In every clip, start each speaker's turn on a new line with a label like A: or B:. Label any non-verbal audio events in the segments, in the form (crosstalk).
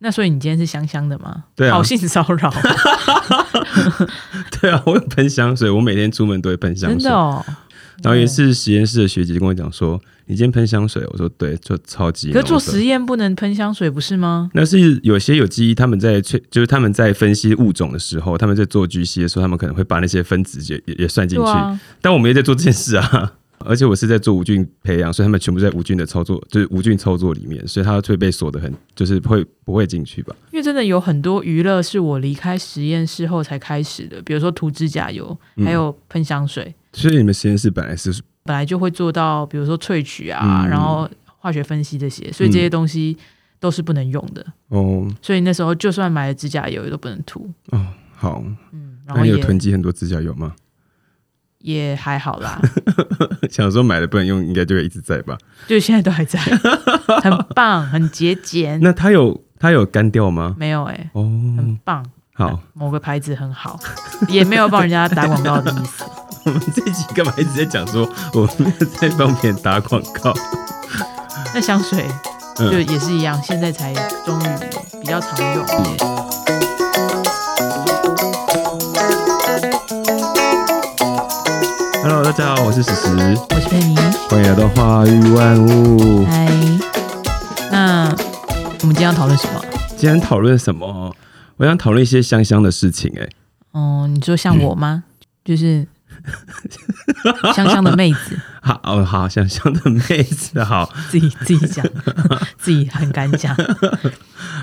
A: 那所以你今天是香香的吗？
B: 对啊
A: 好性骚
B: (laughs)
A: 扰，
B: 对啊，我有喷香水，我每天出门都会喷香
A: 真
B: 水。
A: 的哦。
B: 然后有一次实验室的学姐就跟我讲说：“你今天喷香水。”我说：“对，就超级。”
A: 可是做实验不能喷香水，不是吗？
B: 那是有些有机，他们在确就是他们在分析物种的时候，他们在做 GC 的时候，他们可能会把那些分子也也也算进
A: 对
B: 去。
A: 啊，
B: 但我没有在做这件事啊， (laughs) 而且我是在做无菌培养，所以他们全部在无菌的操作，就是无菌操作里面，所以它会被锁得很，就是会不会进去吧？
A: 因为真的有很多娱乐是我离开实验室后才开始的，比如说涂指甲油，
B: 嗯
A: 还有喷香水，
B: 所以你们实验室本来是
A: 本来就会做到，比如说萃取啊，
B: 嗯
A: 然后化学分析这些，所以这些东西都是不能用的。
B: 哦
A: 所以那时候就算买了指甲油也都不能涂，
B: 哦好，
A: 嗯，然
B: 那
A: 后
B: 你有
A: 也
B: 囤积很多指甲油吗？
A: 也还好啦， (laughs)
B: 想说买了不能用，应该就会一直在吧？
A: 就现在都还
B: (laughs)
A: 在，很棒，很节俭。
B: 那它有它有干掉吗？
A: 没有哎、
B: 哦，
A: 很棒，
B: 好，
A: 某个牌子很好，也没有帮人家打广告的意思。
B: 我们这一集干嘛一直在讲说我们在帮别人打广告？
A: 那香水
B: 嗯
A: 就也是一样，现在才终于比较常用。
B: ，Hello，大家好，我是史实，
A: 我是佩妮，
B: 欢迎来到花语万物。
A: 嗨。那我们今天要讨论什么？
B: 今天讨论什么？我想讨论一些香香的事情、哎，
A: 哦，你说像我吗？就是香香的妹子，
B: 好，哦，好，香香的妹子，好
A: 自己自己讲，自己很敢讲。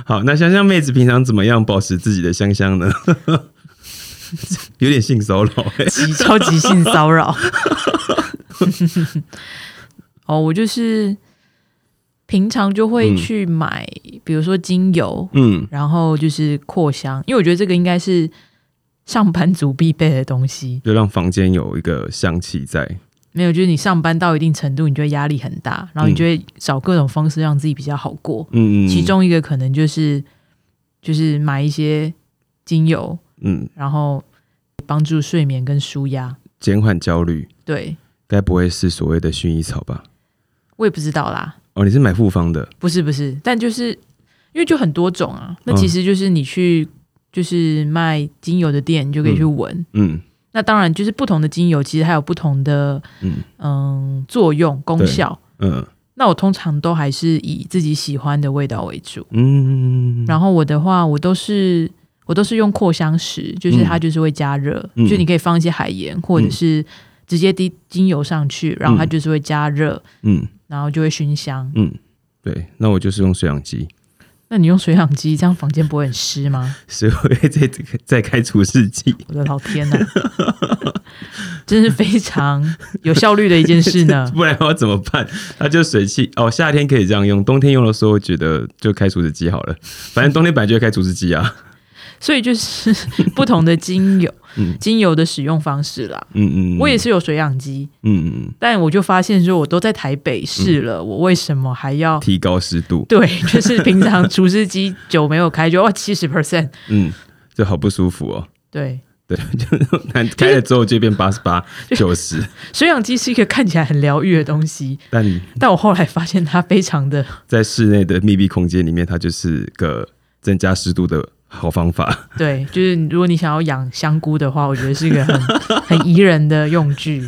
B: 好。那香香妹子平常怎么样保持自己的香香呢？ (laughs) 有点性骚扰、哎，
A: 级 (laughs) 超级性骚扰。 (laughs) 哦，我就是平常就会去买，比如说精油，
B: 嗯，
A: 然后就是扩香，因为我觉得这个应该是上班族必备的东西。
B: 就让房间有一个香气在。
A: 没有，就是你上班到一定程度，你就会压力很大，然后你就会找各种方式让自己比较好过。
B: 嗯嗯，
A: 其中一个可能就是就是买一些精油，
B: 嗯，
A: 然后帮助睡眠跟舒压。
B: 减缓焦虑，
A: 对
B: 该不会是所谓的薰衣草吧？
A: 我也不知道啦，
B: 哦，你是买复方的，
A: 不是不是，但就是因为就很多种啊，那
B: 嗯
A: 其实就是你去就是卖精油的店，你就可以去闻。
B: 嗯
A: 那当然就是不同的精油，其实还有不同的
B: 嗯
A: 嗯作用功
B: 对
A: 效。
B: 嗯
A: 那我通常都还是以自己喜欢的味道为主。
B: 嗯，
A: 然后我的话，我都是我都是用扩香石，就是它就是会加热，
B: 嗯
A: 就你可以放一些海盐，或者是直接滴精油上去，然后它就是会加热，
B: 嗯
A: 然后就会熏香。
B: 嗯，对，那我就是用水养 (laughs) 机，
A: 那你用水养机，这样房间不会很湿吗？
B: 谁会在这个在开除湿机？。
A: 我的老天呐、 (laughs) 真是非常有效率的一件事呢
B: (laughs) (laughs) 不然我要怎么办？它就水汽哦，夏天可以这样用，冬天用的时候觉得就开除湿机好了。反正冬天本来就会开除湿机啊。
A: 所以就是不同的精油
B: 嗯，
A: 精油的使用方式啦。
B: (laughs) 嗯嗯，
A: 我也，是有水养机，
B: 嗯嗯
A: 但我就发现说，我都在台北市了，我为什么还要
B: 嗯，提高湿度，
A: 对， (laughs) 就是平常除湿机酒没有开就哇哦七十 percent，
B: 嗯，就好不舒服哦。
A: 对，
B: 对， (laughs) 就难开了之后就变八十八、九十，
A: 水养机是一个看起来很疗愈的东西，
B: 但
A: 但我后来发现它非常的
B: 在室内的密闭空间里面，它就是个增加湿度的好方法。 (laughs)
A: 对，就是如果你想要养香菇的话，我觉得是一个很很 (laughs) 宜人的用具。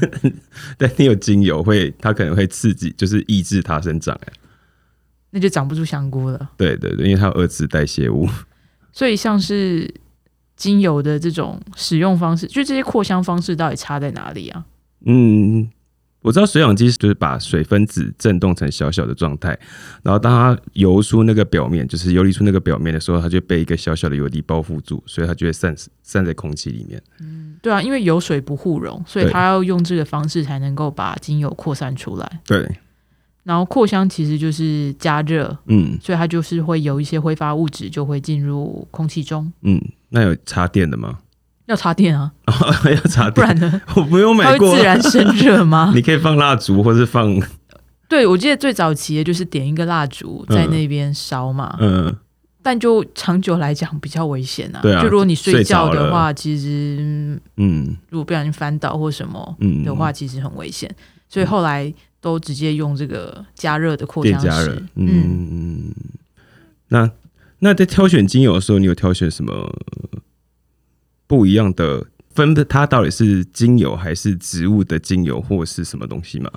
B: 但你有精油会，它可能会刺激，就是抑制它生长。哎
A: 那就长不出香菇了。
B: 对对对，因为它有二次代谢物。 (laughs)
A: 所以像是精油的这种使用方式，就这些扩香方式到底差在哪里啊？
B: 嗯，我知道水氧机就是把水分子振动成小小的状态，然后当它游出那个表面，就是游离出那个表面的时候，它就被一个小小的油滴包覆住，所以它就会散散在空气里面。
A: 对啊，因为油水不互溶，所以
B: 对
A: 它要用这个方式才能够把精油扩散出来。
B: 对，
A: 然后扩香其实就是加热，
B: 嗯
A: 所以它就是会有一些挥发物质就会进入空气中。
B: 嗯，那有插电 (laughs) 的吗？
A: 要插电啊，
B: 要插
A: 不
B: 电？
A: 然
B: (laughs)
A: 呢？
B: 我没有
A: 它
B: 买
A: 会
B: 过
A: 自。然生热吗？
B: (laughs) 你可以放蜡烛，或是放
A: 对，我记得最早期的就是点一个蜡烛在那边烧嘛，
B: 嗯，
A: 但就长久来讲比较危险啊。
B: 对啊
A: 就如果你睡觉
B: 睡着
A: 的
B: 了
A: 话，其实嗯
B: 嗯
A: 如果不小心翻倒或什么
B: 嗯
A: 的话，，其实很危险。所以后来都直接用这个加热的扩嗯
B: 电
A: 香
B: 嗯加
A: 石
B: 热，。嗯嗯嗯。那那在挑选精油的时候，你有挑选什么不一样的分？它到底是精油还是植物的精油，或是什么东西吗？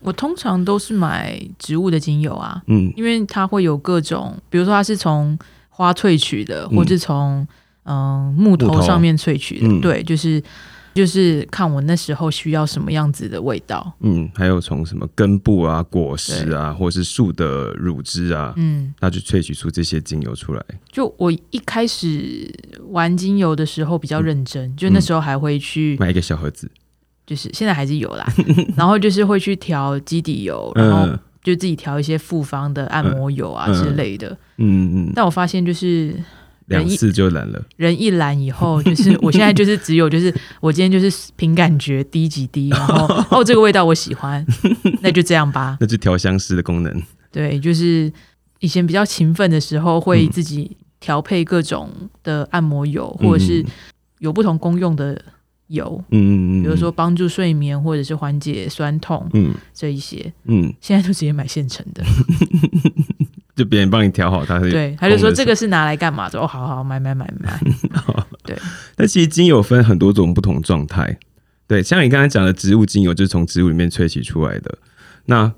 A: 我通常都是买植物的精油啊，
B: 嗯
A: 因为它会有各种，比如说它是从花萃取的，
B: 嗯
A: 或是从嗯、呃木
B: 木头
A: 头上面萃取的，
B: 嗯
A: 对，就是就是看我那时候需要什么样子的味道，
B: 嗯，还有从什么根部啊、果实啊，或是树的乳汁啊，
A: 嗯，
B: 那就萃取出这些精油出来。
A: 就我一开始玩精油的时候比较认
B: 嗯
A: 真，就那时候还会去，
B: 买一个小盒子，
A: 就是现在还是有
B: (laughs)
A: 啦，然后就是会去调基底油，然后
B: 嗯
A: 就自己调一些复方的按摩油啊
B: 嗯嗯
A: 之类的。
B: 嗯嗯，
A: 但我发现就是
B: 两次就懒了。
A: 人一懒以后，就是我现在就是只有就是我今天就是凭感觉滴几滴，然后
B: (laughs)
A: 哦这个味道我喜欢，那就这样吧。
B: 那就调香师的功能，
A: 对，就是以前比较勤奋的时候，会
B: 嗯
A: 自己调配各种的按摩油，或者
B: 嗯
A: 是有不同功用的油，
B: 嗯嗯嗯，
A: 比如说帮助睡眠或者是缓解酸痛
B: 嗯
A: 这一些，
B: 嗯，
A: 现在就直接买现成的。
B: 就别人帮你调好它。
A: 对，他就说这个是拿来干嘛？说哦，好好买买买
B: (laughs)
A: 买。
B: 但其实精油分很多种不同状态，对，像你刚才讲的植物精油就是从植物里面萃取出来的。那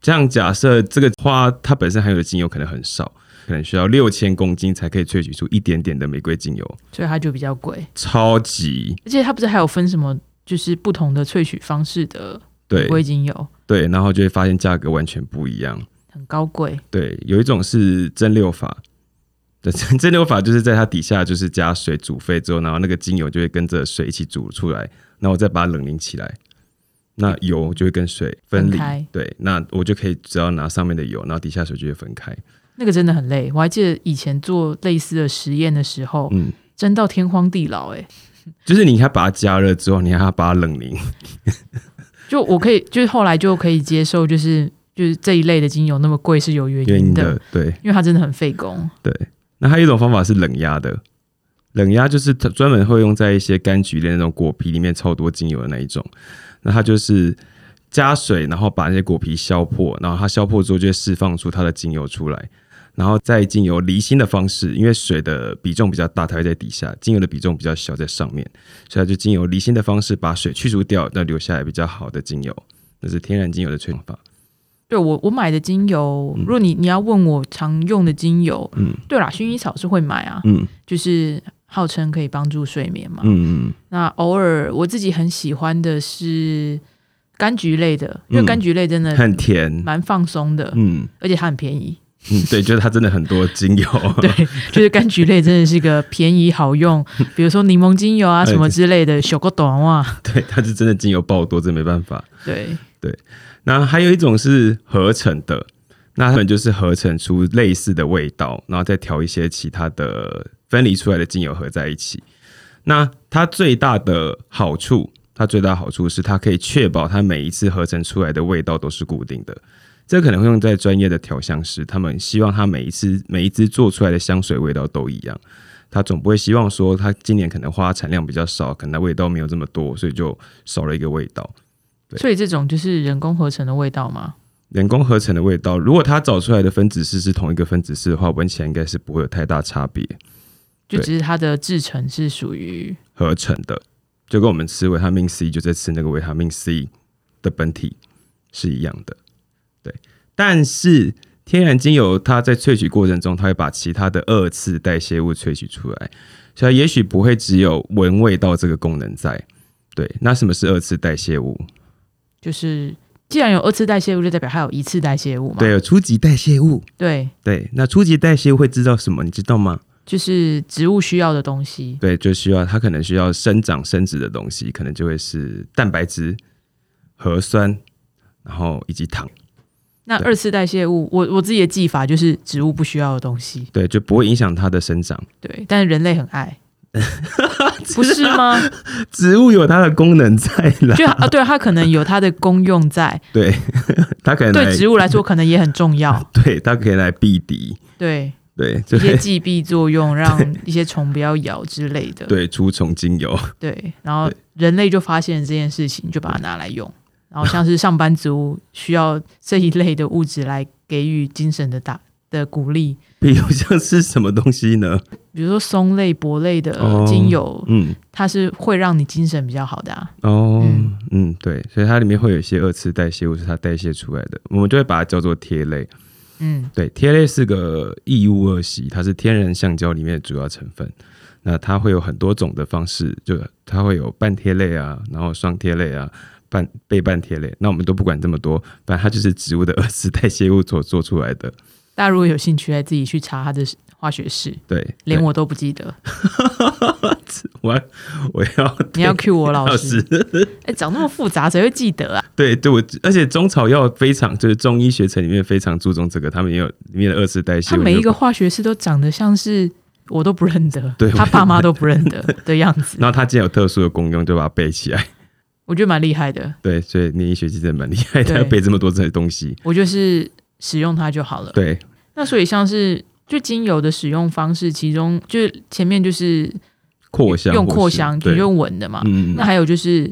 B: 这样假设这个花它本身含有的精油可能很少，可能需要六千公斤才可以萃取出一点点的玫瑰精油，
A: 所以它就比较贵，
B: 超级
A: 而且它不是还有分什么，就是不同的萃取方式的
B: 对
A: 我已经有
B: 对，然后就会发现价格完全不一样。
A: 很高贵，
B: 对，有一种是蒸馏法，对， (laughs) 蒸蒸馏法就是在它底下就是加水煮沸之后，然后那个精油就会跟着水一起煮出来，那我再把它冷凝起来，那油就会跟水分
A: 分
B: 离
A: 开。
B: 对，那我就可以只要拿上面的油，然后底下水就会分开。
A: 那个真的很累。我还记得以前做类似的实验的时候，
B: 嗯，
A: 真到天荒地老哎、
B: 就是你还把它加热之后，你还要把它冷凝。
A: 就我可以，就是后来就可以接受，就是就是这一类的精油那么贵是有原
B: 原
A: 因
B: 因
A: 的，
B: 的，对
A: 因为它真的很费工。
B: 对。那还有一种方法是冷压的，冷压就是它专门会用在一些柑橘类那种果皮里面超多精油的那一种。那它就是加水，然后把那些果皮削破，然后它削破之后就会释放出它的精油出来，然后再精油离心的方式，因为水的比重比较大，它会在底下；精油的比重比较小，在上面，所以它就精油离心的方式把水去除掉，那留下来比较好的精油，那是天然精油的萃取法。
A: 对我我买的精油，
B: 嗯
A: 如果你你要问我常用的精油，嗯，对啦，薰衣草是会买啊，
B: 嗯
A: 就是号称可以帮助睡眠嘛。
B: 嗯嗯
A: 那偶尔我自己很喜欢的是柑橘类的，因为
B: 嗯
A: 柑橘类真的
B: 嗯，很甜。
A: 蛮放松的，
B: 嗯
A: 而且它很便宜。 (laughs)
B: 嗯， (laughs) 对，就是它真的很多精油。
A: 对，就是柑橘类真的是个便宜好用，比如说柠檬精油
B: 哎
A: 啊什么之类的，小个短
B: (laughs)
A: 袜。
B: (laughs) 对，它是真的精油爆多，这没办法。
A: 对，
B: 那还有一种是合成的，那它们就是合成出类似的味道，然后再调一些其他的分离出来的精油合在一起。那它最大的好处，它最大的好处是它可以确保它每一次合成出来的味道都是固定的。这可能会用在专业的调香师，他们希望它每一次每一支做出来的香水味道都一样。他总不会希望说，他今年可能花产量比较少，可能它味道没有这么多，所以就少了一个味道。对
A: 所以这种就是人工合成的味道嘛。
B: 人工合成的味道，如果它找出来的分子式是同一个分子式的话，闻起来应该是不会有太大差别。
A: 就
B: 对
A: 只是它的制成是属于
B: 合成的就跟我们吃维他命 C 就在吃那个维他命 C 的本体是一样的，对。但是天然精油它在萃取过程中，它会把其他的二次代谢物萃取出来，所以它也许不会只有闻味道这个功能在。对，那什么是二次代谢物？
A: 就是。既然有二次代谢物，就代表它有一次代谢物嘛。
B: 对，有初级代谢物。
A: 对
B: 对，那初级代谢物会制造什么？你知道吗？
A: 就是植物需要的东西。
B: 对，就需要它可能需要生长生殖的东西，可能就会是蛋白质、核酸，然后以及糖。
A: 那
B: 对
A: 二次代谢物，我我自己的技法就是植物不需要的东西，
B: 对，就不会影响它的生长。
A: 对，但是人类很
B: (laughs)
A: 爱，不是吗？
B: 植物有它的功能在啦，
A: 就啊，对，它可能有它的功用在，
B: 对，它可能来
A: 对植物来说可能也很重
B: (laughs)
A: 要，
B: 对它可以来避敌，
A: 对
B: 对，就
A: 一些
B: 是
A: 寄避作用，让一些虫不要咬之类的，
B: 对除虫精油。
A: 对然后人类就发现了这件事情，就把它拿来用， (laughs) 然后像是上班族需要这一类的物质来给予精神的打的鼓励，
B: 比如像是什么东西呢？
A: 比如说松类、柏类的
B: 哦
A: 精油，
B: 嗯，
A: 它是会让你精神比较好的、啊。
B: 哦，
A: 嗯
B: 嗯对，所以它里面会有一些二次代谢物是它代谢出来的，我们就会把它叫做萜类。
A: 嗯，
B: 对，萜类是个异物二烯，它是天然橡胶里面的主要成分。那它会有很多种的方式，就它会有半萜类啊，然后双萜类啊，半倍半萜类。那我们都不管这么多，反正它就是植物的二次代谢物所做出来的。
A: 大家如果有兴趣，还自己去查它的化学式，
B: 对，
A: 连
B: 对
A: 我都不记得。
B: (laughs) 我要我要
A: 你要 cue 我 (laughs) 老
B: 老
A: 师
B: 师，，
A: 哎、长那么复杂，谁会记得啊？
B: (laughs) 对对，我而且中草药非常就是中医学层里面非常注重这个，他们也有里面的二次代谢
A: 他
B: 物。
A: 每一个化学式都长得像是我都不认得，
B: 对
A: 他爸妈都不认得的样子，
B: 然后它既然有特殊的功用，就把它背起来。 (laughs)
A: 我觉得蛮厉害的。
B: 对，所以念医学系真的蛮厉害的，
A: 对
B: 要背这么多这些东西。
A: 我就是使用它就好了。
B: 对，
A: 那所以像是就精油的使用方式，其中就是前面就是
B: 扩香
A: 用
B: 或
A: 扩
B: 是
A: 香，就
B: 对，
A: 用闻的嘛。
B: 嗯，
A: 那还有就是，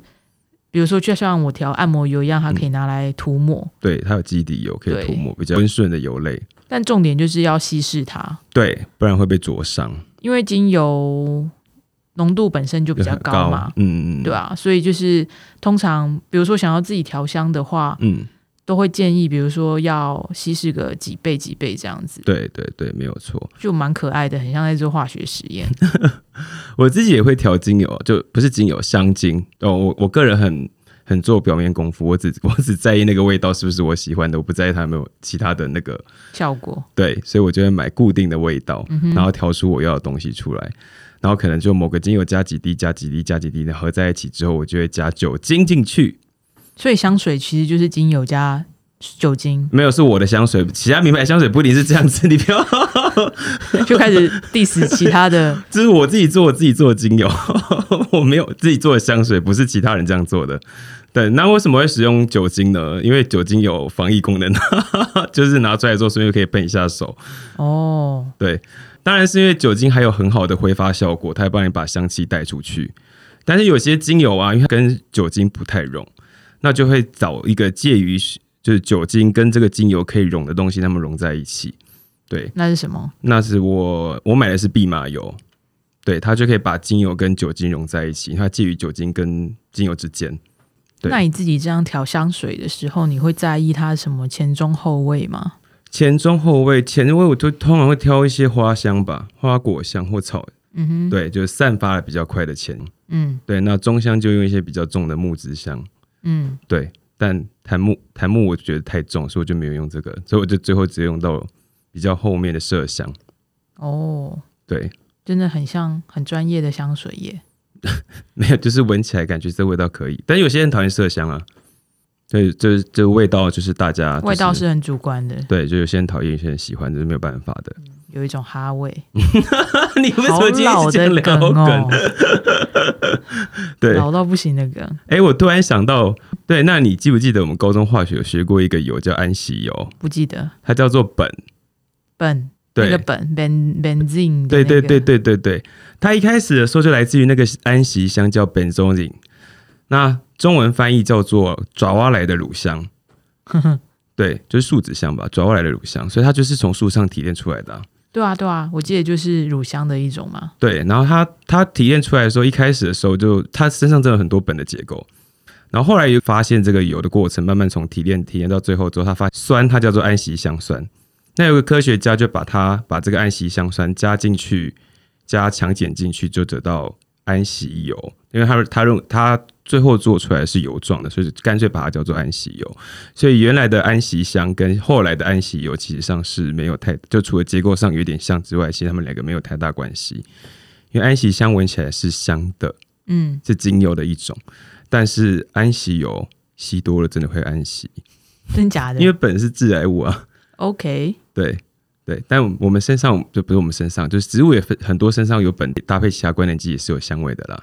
A: 比如说就像我调按摩油一样，它可以拿来涂抹，
B: 对，它有基底油可
A: 对
B: 以涂抹，比较温顺的油类。
A: 但重点就是要稀释它，
B: 对，不然会被灼伤，
A: 因为精油浓度本身就比
B: 就
A: 较
B: 很
A: 高嘛，
B: 嗯嗯，嗯
A: 对，啊，所以就是通常比如说想要自己调香的话，
B: 嗯，
A: 都会建议，比如说要稀释个几倍几倍这样子，
B: 对对对，没有错。
A: 就蛮可爱的，很像在做化学实验。
B: 我自己也会调精油，就不是精油，香精。哦，我我个人很很做表面功夫，我只我只在意那个味道是不是我喜欢的，我不在意它有没有其他的那个
A: 效果，
B: 对，所以我就会买固定的味道，
A: 嗯哼
B: 然后调出我要的东西出来。然后可能就某个精油加几滴、加几滴、加几滴，然后合在一起之后，我就会加酒精进去。
A: 所以香水其实就是精油加酒精， (laughs)
B: 没有，是我的香水，其他品牌香 (laughs) 水不一定是这样子。你 (laughs) 不要，
A: 就开始 diss 其他
B: (laughs)
A: 的。
B: 这是我自己做我自己做的精油， (laughs) 我没有自己做的香水，不是其他人这样做的。对，那为什么会使用酒精呢？因为酒精有防疫功能， (laughs) 就是拿出来之后顺便可以喷一下手。
A: 哦，
B: 对，当然是因为酒精还有很好的挥发效果，它会帮你把香气带出去。但是有些精油啊，因为它跟酒精不太溶，那就会找一个介于就是酒精跟这个精油可以溶的东西，它们溶在一起。对，
A: 那是什么？
B: 那是我我买的是蓖麻油，对，它就可以把精油跟酒精溶在一起，它介于酒精跟精油之间。对
A: 那你自己这样调香水的时候，你会在意它什么前中后味吗？
B: 前中后味，前味我就通常会挑一些花香吧，花果香或草，
A: 嗯哼，
B: 对，就是散发的比较快的前
A: 嗯
B: 对，那中香就用一些比较重的木质香，
A: 嗯，
B: 对，但檀木檀木我觉得太重，所以我就没有用这个，所以我就最后只用到比较后面的麝香，
A: 哦，
B: 对，
A: 真的很像很专业的香水耶。
B: (laughs) 没有，就是闻起来感觉这味道可以，但有些人讨厌麝香啊，对，这这味道就是大家、啊就是、
A: 味道是很主观的，
B: 对，就有些人讨厌，有些人喜欢，这是没有办法的。
A: 有一种哈味，
B: (laughs) 你 (laughs) 为什
A: 好
B: 么今天
A: 老
B: 是这样
A: 的
B: 聊
A: 梗哦，
B: 对，
A: 老到不行的梗。
B: 哎、我突然想到，对，那你记不记得我们高中化学有学过一个油叫安息油，
A: 不记得
B: 它叫做苯，
A: 本
B: 对，
A: 那个本 ben benzine 嗯的
B: 对
A: 那个
B: 对对对对对，它一开始的时候就来自于那个安息香叫 benzoin，那中文翻译叫做爪哇来的乳
A: (laughs)
B: 香，对，就是树脂香吧，爪哇来的乳香，所以它就是从树上提炼出来的啊、
A: 对啊对啊，我记得就是乳香的一种嘛。
B: 对，然后它它提炼出来的时候，一开始的时候就它身上真的有很多苯的结构，然后后来又发现这个油的过程，慢慢从提炼提炼到最后之后，它发现酸它叫做安息香酸。那有个科学家就把它把这个安息香酸加进去，加强碱进去，就得到安息油。因为它它用它最后做出来是油状的，所以干脆把它叫做安息油。所以原来的安息香跟后来的安息油，其实上是没有太就除了结构上有点像之外，其实它们两个没有太大关系。因为安息香闻起来是香的，
A: 嗯，
B: 是精油的一种，但是安息油吸多了真的会安息，
A: 真假的？
B: 因为本是致癌物啊。 (laughs)
A: OK，
B: 对对，但我们身上就不是我们身上，就是植物也分很多身上有本搭配其他关联剂也是有香味的啦。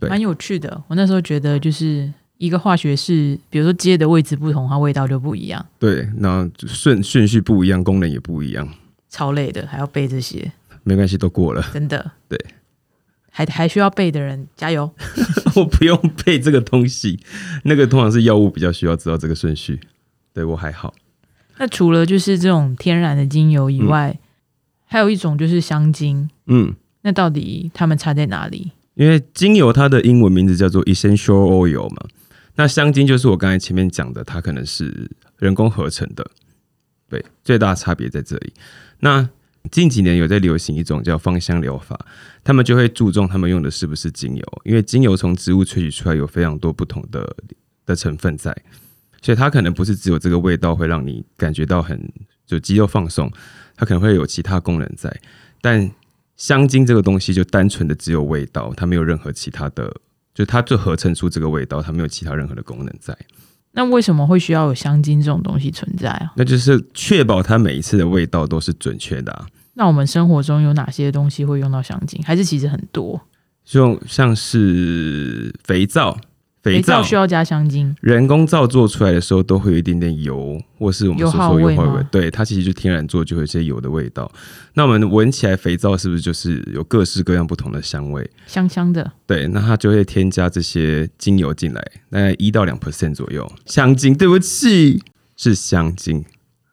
B: 对
A: 蛮有趣的。我那时候觉得就是一个化学式，比如说接的位置不同，它味道就不一样，
B: 对，那顺顺序不一样，功能也不一样，
A: 超累的，还要背这些，
B: 没关系，都过了， (laughs)
A: 真的。
B: 对，
A: 还还需要背的人加油。 (laughs)
B: 我不用背这个东西。那个通常是药物比较需要知道这个顺序，对我还好。
A: 那除了就是这种天然的精油以外，还有一种就是香精，
B: 嗯，
A: 那到底它们差在哪里？
B: 因为精油它的英文名字叫做 essential oil 嘛，那香精就是我刚才前面讲的，它可能是人工合成的，对，最大差别在这里。那近几年有在流行一种叫芳香疗法，他们就会注重他们用的是不是精油，因为精油从植物萃取出来有非常多不同的的成分在，所以它可能不是只有这个味道会让你感觉到很就肌肉放松，它可能会有其他功能在，但香精这个东西就单纯的只有味道，它没有任何其他的，就它就合成出这个味道，它没有其他任何的功能在。
A: 那为什么会需要有香精这种东西存在啊？
B: 那就是确保它每一次的味道都是准确的、啊。
A: 那我们生活中有哪些东西会用到香精？还是其实很多？
B: 就像是肥皂，肥皂
A: 需要加香精，
B: 人工皂做出来的时候都会有一点点油，或是我们所说的
A: 油
B: 油
A: 耗
B: 耗
A: 味
B: 味
A: 吗，
B: 对它其实就天然做就有一些油的味道。那我们闻起来肥皂是不是就是有各式各样不同的香味？
A: 香香的。
B: 对，那它就会添加这些精油进来，大概一到两 percent 左右。香精，对不起，是香精。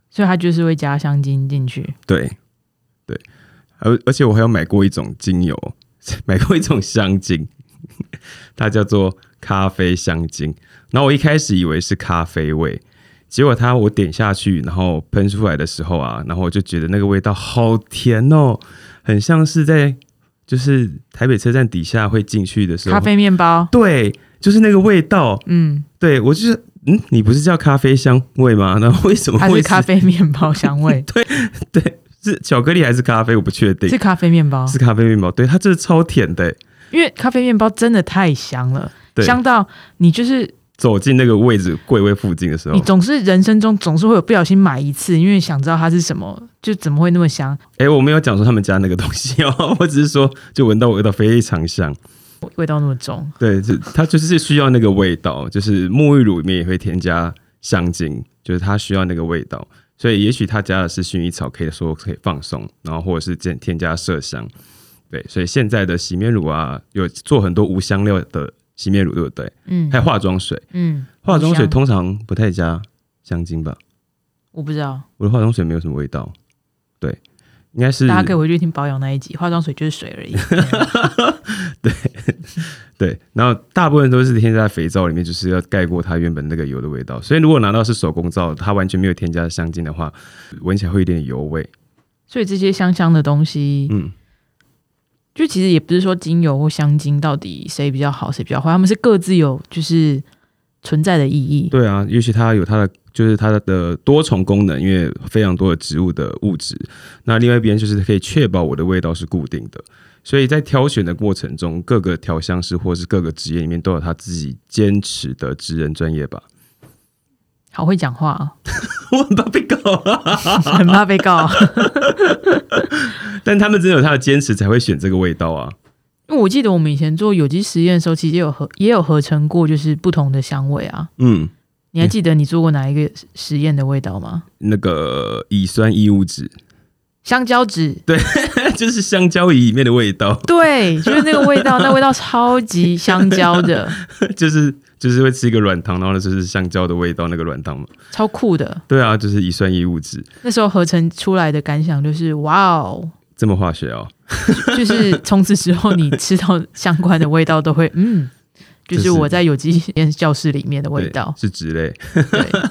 A: 所以它就是会加香精进去，
B: 对，对，而而且我还有买过一种精油， (laughs) 买过一种香精， (laughs) 它叫做咖啡香精。然后我一开始以为是咖啡味，结果它我点下去，然后喷出来的时候啊，然后我就觉得那个味道好甜哦，很像是在就是台北车站底下会进去的时候
A: 咖，啡面包，
B: 对，就是那个味道。
A: 嗯，
B: 对我就是，嗯，你不是叫咖啡香味吗？那为什么
A: 它
B: 会
A: 是咖啡面包香
B: (laughs)
A: 味，
B: 是巧克力还是咖啡？我不确定
A: 是。咖啡面包，
B: 是咖啡面包，对，它这是超甜的、
A: 因为咖啡面包真的太香了，
B: 对，
A: 香到你就是
B: 走进那个位置柜位附近的时候
A: 你，总是人生中总是会有不小心买一次，因为想知道它是什么，就怎么会那么香？
B: 哎、我没有讲说他们家那个东西哦， (laughs) 我只是说就闻到味道非常香。
A: 味道那么重，
B: 对，就它就是需要那个味道，就是沐浴乳里面也会添加香精，就是它需要那个味道。所以也许他加的是薰衣草，可以说可以放松，然后或者是添添加麝香。对，所以现在的洗面乳啊，有做很多无香料的洗面乳，对不对？
A: 嗯
B: 还有化妆水，
A: 嗯，
B: 化妆水
A: 很香
B: 通常不太加香精吧？
A: 我不知道，
B: 我的化妆水没有什么味道，对，应该是
A: 大家可以回去听保养那一集，化妆水就是水
B: (laughs)
A: 而已。
B: 对，然后大部分都是添加在肥皂里面，就是要盖过它原本那个油的味道。所以如果拿到是手工皂，它完全没有添加香精的话，闻起来会有一点油味。
A: 所以这些香香的东西，
B: 嗯，
A: 就其实也不是说精油或香精到底谁比较好，谁比较坏，他们是各自有就是存在的意义。
B: 对啊，也许它有它的就是它的多重功能，因为非常多的植物的物质。那另外一边就是可以确保我的味道是固定的。所以在挑选的过程中，各个调香师或是各个职业里面都有他自己坚持的职人专业吧。
A: 好会讲话啊，
B: (laughs) 我很怕被告啊！
A: 很怕被 (laughs) 告啊。
B: 但他们真的有他的坚持，才会选这个味道啊。
A: 因为我记得我们以前做有机实验的时候，其实也有合也有合成过，就是不同的香味啊。
B: 嗯，
A: 你还记得你做过哪一个实验的味道吗？
B: 那个乙酸异物质， (laughs)
A: 香蕉纸，
B: 就是香蕉乙里面的味道， (laughs)
A: 对，就是那个味 (laughs) 道，那味道超级香蕉的，
B: 就是就是会吃一个软糖，然后呢就是香蕉的味道，那个软糖嘛。
A: 超酷的。
B: 对啊，就是乙酸异物质，
A: 那时候合成出来的感想就是，哇哦，
B: 这么化学哦。
A: 就是从此之后你吃到相关的味道都 (laughs) 会，嗯，就是我在有机实验教室里面的味
B: 对
A: 道，
B: 是脂类。
A: 对，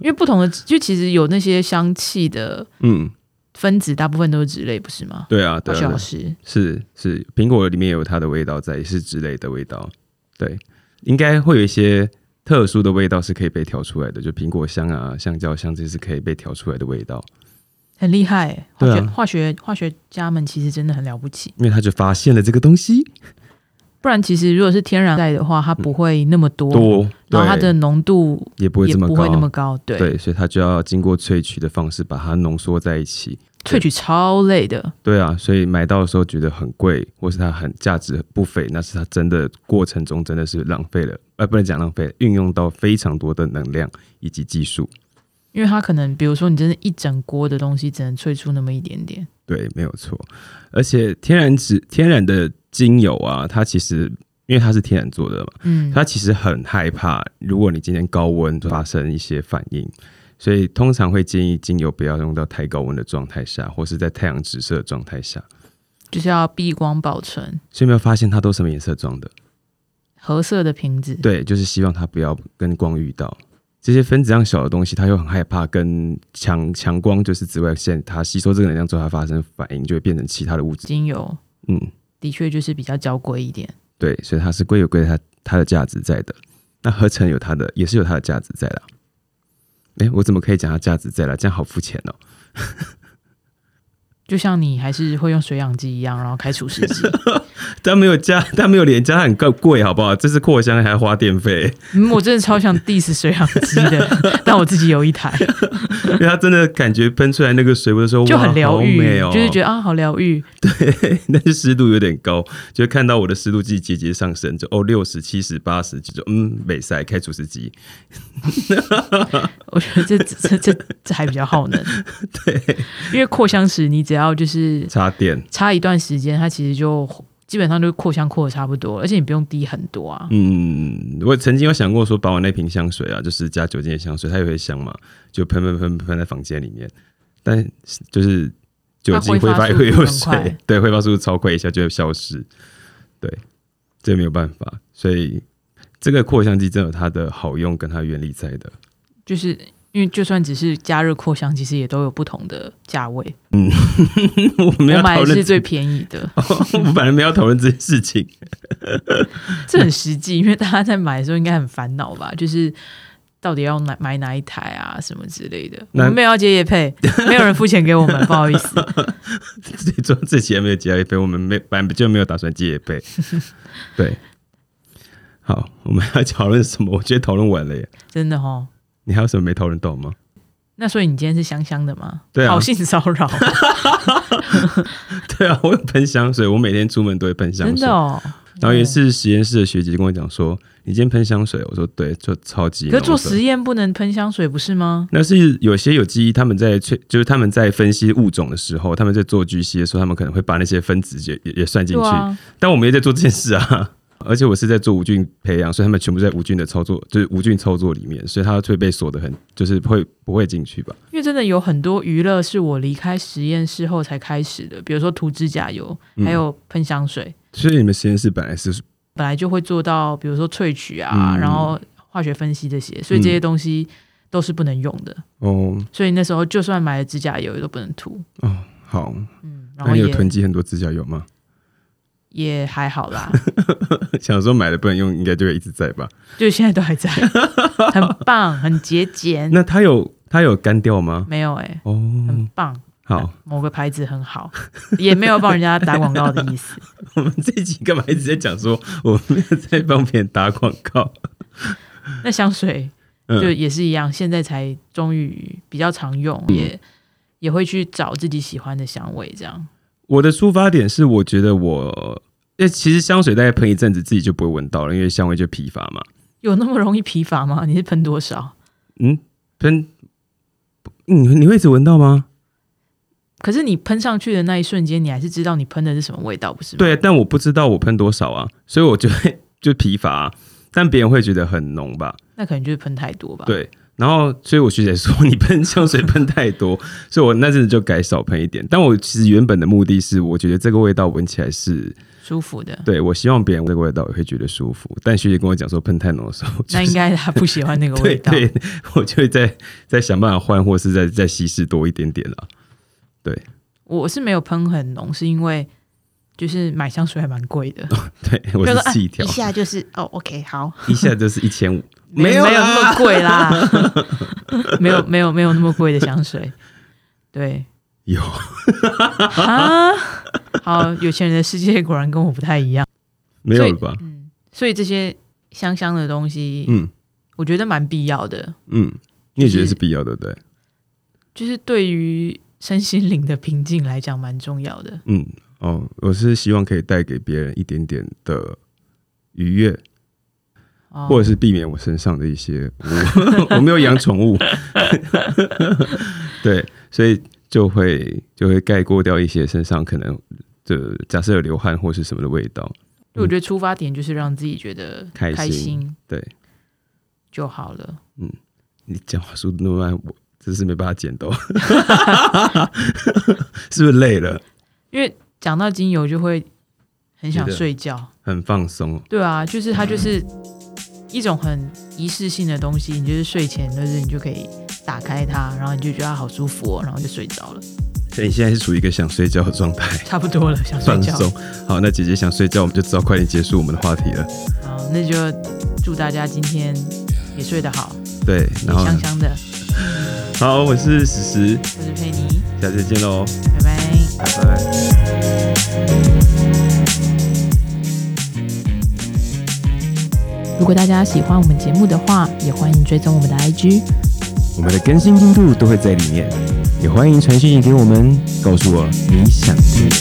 A: 因为不同的就其实有那些香气的
B: 嗯，
A: 分子，大部分都是脂类，不是吗？
B: 对啊，对
A: 化
B: 啊，
A: 学
B: 对
A: 老
B: 啊
A: 师，
B: 是是，苹果里面也有它的味道在，也是脂类的味道。对，应该会有一些。特殊的味道是可以被调出来的，就苹果香啊、香蕉香，这是可以被调出来的味道，
A: 很厉害欸，化
B: 对啊
A: 学、化学化学家们其实真的很了不起。
B: 因为他就发现了这个东西
A: 不然其实如果是天然带的话，它不会那么多，
B: 多，
A: 然后它
B: 对
A: 的浓度
B: 也不会
A: 也
B: 这么
A: 不
B: 高，
A: 会那么高，对，
B: 对，所以它就要经过萃取的方式把它浓缩在一起。
A: 萃取超累的。
B: 对啊，所以买到的时候觉得很贵，或是它很价值不菲，那是它真的过程中真的是浪费了，呃，不能讲浪费，运用到非常多的能量以及技术。
A: 因为它可能，比如说你真的一整锅的东西，只能萃出那么一点点。
B: 对，没有错。而且天然植天然的精油啊，它其实因为它是天然做的嘛，
A: 嗯，
B: 它其实很害怕，如果你今天高温发生一些反应，所以通常会建议精油不要用到太高温的状态下，或是在太阳直射的状态下。
A: 就是要避光保存，
B: 所以有没有发现它都什么颜色装的？
A: 褐色的瓶子，
B: 对，就是希望它不要跟光遇到。这些分子量小的东西，它又很害怕跟强强光，就是紫外线，它吸收这个能量之后，它发生反应，就会变成其他的物质。
A: 精油
B: 嗯，
A: 的确就是比较娇贵一点。
B: 对，所以它是贵有贵它它的价值在的。那合成有它的，也是有它的价值在的。哎、我怎么可以讲它价值在了？这样好肤浅哦。
A: 就像你还是会用水养机一样，然后开除湿机，
B: 它没有加，它没有廉价，它很贵贵，好不好？这是扩香还要花
A: (laughs)
B: 电费，
A: 嗯，我真的超想 diss 水养机的， (laughs) 但我自己有一台，
B: 因为它真的感觉喷出来那个水，我就说
A: 就很疗愈
B: 哇好美哦，
A: 就是觉得啊，好疗愈，
B: 但是湿度有点高，就看到我的湿度计节节上升，就哦六十七十八十，就嗯美塞开除湿机，
A: 我觉得这这这这还比较耗
B: (laughs)
A: 能。对，因为扩香石你只要就是
B: 插电，
A: 插一段时间，它其实就基本上就是扩香扩的差不多了，而且你不用滴很多啊。
B: 嗯，我曾经有想过说把我那瓶香水啊，就是加酒精的香水，它也会香嘛，就喷喷喷喷在房间里面，但是就是酒精挥发也会有
A: 它挥发速度很
B: 水
A: 快，
B: 对，挥发速度超快，一下就会消失，对，这没有办法，所以这个扩香机真的有它的好用跟它的原理在的。 (laughs)
A: 就是因为就算只是加热扩香，其实也都有不同的价位。
B: 我们
A: 我
B: 要
A: 买
B: 讨
A: 的
B: 论
A: 是最便宜的，
B: 这，我本来没有讨论这件事情。
A: 这很实际，因为大家在买的时候应该很烦恼吧？ (laughs) 就是到底要买买哪一台啊，什么之类的。我
B: 那
A: 们没有要接夜配， (laughs) 没有人付钱给我们，不好意思。
B: 最终这期还没有接到一杯，我们没本来就没有打算接一
A: (laughs)
B: 杯。对，好，我们要讨论什么？我觉得讨论完了耶。
A: 真的哦。
B: 你还有什么没讨论到吗？ (laughs)
A: 那所以你今天是香香的吗？
B: 对啊
A: 好性骚
B: (laughs)
A: 扰，
B: 对啊，我有喷香水，我每天出门都会喷香
A: 真
B: 水。
A: 的哦。
B: 然后有一次实验室的学姐就跟我讲说：“你今天喷香水？”我说：“对，就超级浓
A: 可
B: 的。”
A: 是做实验不能喷香水，不是吗？
B: 那是有些有机，他们在萃，就是他们在分析物种的时候，他们在做 GC 的时候，他们可能会把那些分子也也也算进
A: 对
B: 去。
A: 啊，
B: 但我没有在做这件事啊。 (laughs) 而且我是在做无菌培养，所以他们全部在无菌的操作，就是无菌操作里面，所以它会被锁得很，就是会不会进去吧？
A: 因为真的有很多娱乐是我离开实验室后才开始的，比如说涂指甲油，
B: 嗯
A: 还有喷香水。
B: 所以你们实验室本来是
A: 本来就会做到，比如说萃取啊，
B: 嗯
A: 然后化学分析这些，所以这些东西都是不能用的。
B: 哦
A: 所以那时候就算买了指甲油也都不能涂，
B: 哦好，
A: 嗯，然
B: 那
A: 后
B: 你有
A: 也
B: 囤积很多指甲油吗？ (laughs)
A: 也还好啦， (laughs)
B: 想说买了不能用，应该就会一直在吧？
A: 就现在都还
B: (laughs)
A: 在，很棒，很节俭。
B: 那它有它有干掉吗？
A: 没有哎、
B: 哦，
A: 很棒， (laughs)
B: 好，
A: 某个牌子很好，也没有帮人家打广告的意
B: (laughs)
A: 思。
B: 我们这一集干嘛一直在讲说我们在帮别人打广告？
A: 那香水就
B: 嗯，
A: 也是一样，现在才终于比较常用，也也会去找自己喜欢的香味这样。
B: 我的出发点是我觉得我，因为其实香水大概喷一阵子自己就不会闻到了，因为香味就疲乏嘛。
A: 有那么容易疲乏吗？你是喷多少？
B: 嗯，喷，你你会一直闻到吗？
A: 可是你喷上去的那一瞬间，你还是知道你喷的是什么味道，不是吗？，
B: 对，但我不知道我喷多少啊，所以我就会就疲乏啊、但别人会觉得很浓吧？
A: 那可能就是喷太多吧。，
B: 对。然后，所以我学姐说你喷香水喷太多， (laughs) 所以我那阵子就改少喷一点。但我其实原本的目的是，我觉得这个味道闻起来是
A: 舒服的。
B: 对我希望别人这个味道也会觉得舒服。但学姐跟我讲说喷太浓的时候，就
A: 那应
B: 是
A: 该他不喜欢那个味
B: (laughs) 对
A: 道。
B: 对，我就会再再想办法换，或是再再稀释多一点点啦。
A: 我是没有喷很浓，是因为就是买香水还蛮贵的，
B: 对， (laughs) 我
A: 就是说哎
B: 细条，
A: 下就是哦，OK，好，
B: 一下就是一千五，
A: 没有
B: 啦
A: 没有那么贵啦， (laughs) 没有没有没有那么贵的香水。对
B: 有
A: 啊，好，有钱人的世界果然跟我不太一样。
B: 没有了吧？
A: 嗯，所以这些香香的东西，
B: 嗯
A: 我觉得蛮必要的。
B: 嗯，你也觉得是必要的，对不对？
A: 就是对于身心灵的平静来讲，蛮重要的。
B: 嗯，哦，我是希望可以带给别人一点点的愉悦，
A: 哦
B: 或者是避免我身上的一些， (laughs) 我我没有养宠物，对，所以就会就会盖过掉一些身上可能的假设有流汗或是什么的味道，
A: 就我觉得出发点就是让自己觉得
B: 开心
A: 心
B: 对。
A: 就好了。
B: 你讲话速度那么慢，我只是没办法
A: (laughs)
B: 剪刀， (laughs) 是不是累了？
A: 因为讲到精油就会很想
B: 是的
A: 睡觉，
B: 很放松，
A: 对啊，就是它就是一种很仪式性的东西，你就是睡前就是你就可以打开它，然后你就觉得它好舒服、哦，然后就睡着了，
B: 所以你现在是处于一个想睡觉的状态，
A: 差不多了，想睡
B: 放
A: 觉。
B: 松。好，那姐姐想睡觉，我们就知道快点结束我们的话题了。
A: 好，那就祝大家今天也睡得好，
B: 对，
A: 也
B: 然后
A: 香香的。
B: 好，我是史实，
A: 我是佩妮，
B: 下次见喽，
A: 拜拜。
B: 拜拜。
A: 如果大家喜欢我们节目的话，也欢迎追踪我们的 IG。
B: 我们的更新进度都会在里面，也欢迎传讯息给我们，告诉我你想听的。